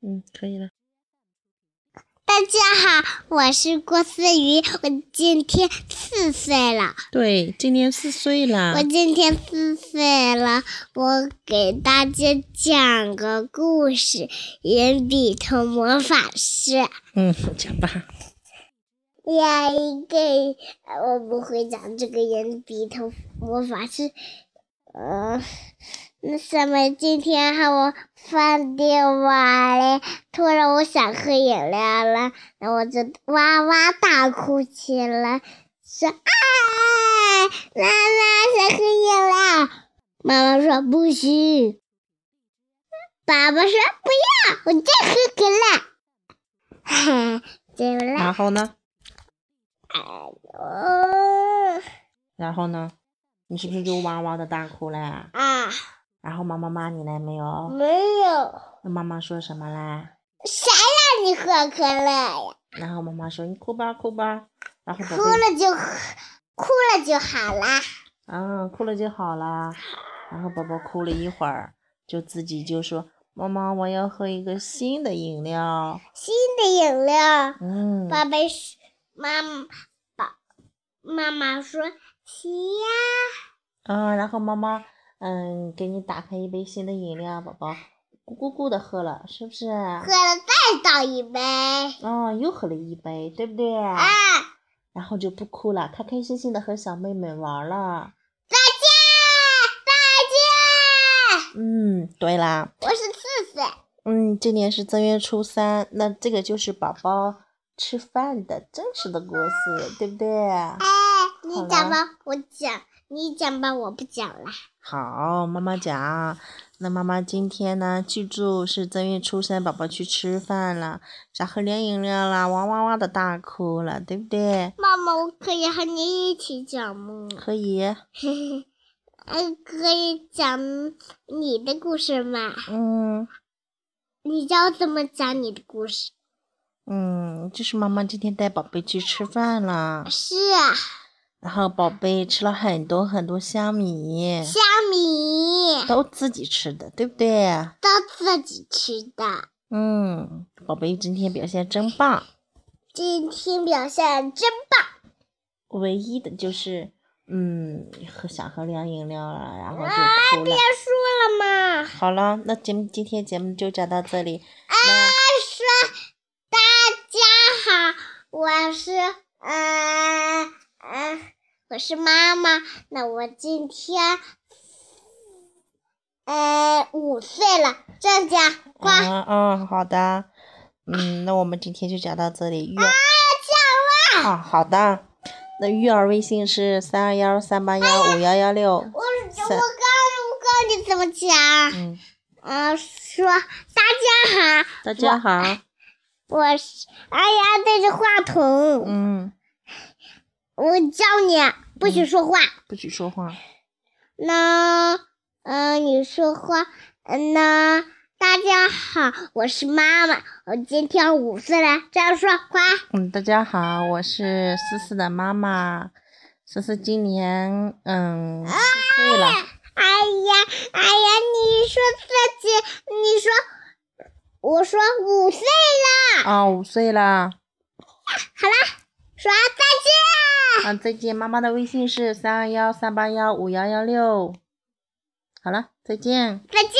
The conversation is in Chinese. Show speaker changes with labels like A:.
A: 嗯，可以了。
B: 大家好，我是郭思雨，我今天四岁了，
A: 对，今年四岁啦
B: 我。今天四岁了，我给大家讲个故事，《圆笔头魔法师》。
A: 嗯，讲 吧。
B: 呀，一个呃我不会讲这个圆笔头魔法师，呃，那什么，今天喊我放电话嘞，突然我想喝饮料了，然后我就哇哇大哭起来，说啊，妈妈想喝饮料，妈妈说不许，爸爸说不要，我再喝可乐，哈，对了。
A: 然后呢？
B: 哦
A: 然后呢？你是不是就哇哇的大哭啦？
B: 啊，
A: 然后妈妈骂你了没有？
B: 没有，
A: 那妈妈说什么啦？
B: 谁让你喝可乐呀？
A: 然后妈妈说你哭吧哭吧，然后宝
B: 哭
A: 贝
B: 了就喝哭了就好啦。
A: 啊哭了就好啦。然后宝宝哭了一会儿，就自己就说妈妈我要喝一个新的饮料。
B: 新的饮料，
A: 嗯，
B: 爸爸是妈妈，爸妈妈说行呀，
A: 啊，然后妈妈，嗯，给你打开一杯新的饮料，宝宝咕咕咕的喝了，是不是？
B: 喝了再倒一杯
A: 哦，又喝了一杯，对不对？
B: 啊，
A: 然后就不哭了，开开心心的和小妹妹玩了。
B: 再见，
A: 嗯，对啦，
B: 再见。我是四岁，哎
A: 嗯，今年是正月初三，那这个就是宝宝吃饭的真实的故事，对不对？
B: 哎，
A: 好
B: 你
A: 了
B: 讲吧，我讲，你讲吧，我不讲了。
A: 好，妈妈讲。那妈妈今天呢，记住是正月初三，宝宝去吃饭了，想喝点饮料啦，哇哇哇的大哭了，对不对？
B: 妈妈，我可以和你一起讲吗？
A: 可以，
B: 嗯，可以讲你的故事吗？
A: 嗯
B: 你要怎么讲你的故事？
A: 嗯，就是妈妈今天带宝贝去吃饭了，
B: 是啊
A: 然后宝贝吃了很多很多虾米，
B: 虾米
A: 都自己吃的，对不对？啊
B: 都自己吃的，
A: 嗯，宝贝今天表现真棒，
B: 今天表现真棒。
A: 唯一的就是，嗯，喝想喝凉饮料了，然后
B: 啊
A: 就哭了。
B: 他说了吗？
A: 好了，那节目今天节目就讲到这里。
B: 啊
A: 那
B: 他说：“大家好，我是嗯嗯，我是妈妈。那我今天呃五岁了，正讲呱。
A: 啊嗯，好的，嗯，那我们今天就讲到这里。育
B: 啊讲
A: 啊，好的。那育儿微信是三二幺三八幺五幺幺六。
B: 我我告
A: 三
B: 我告你怎么讲，
A: 嗯，
B: 嗯、说大家好，
A: 大家好。
B: 我是哎呀对着话筒，
A: 嗯，
B: 我教你不许说话，
A: 不许说话。
B: 那嗯、呃你说话，嗯那大家好，我是妈妈，我今天五岁了，这样说快，
A: 嗯，大家好，我是思思的妈妈。思思今年嗯四岁了。
B: 哎呀哎呀，你说自己，你说，我说五岁了，
A: 啊，五岁啦！
B: 说再见。
A: 啊，再见，妈妈的微信是三二幺三八幺五幺幺六。好了，再见。
B: 再见。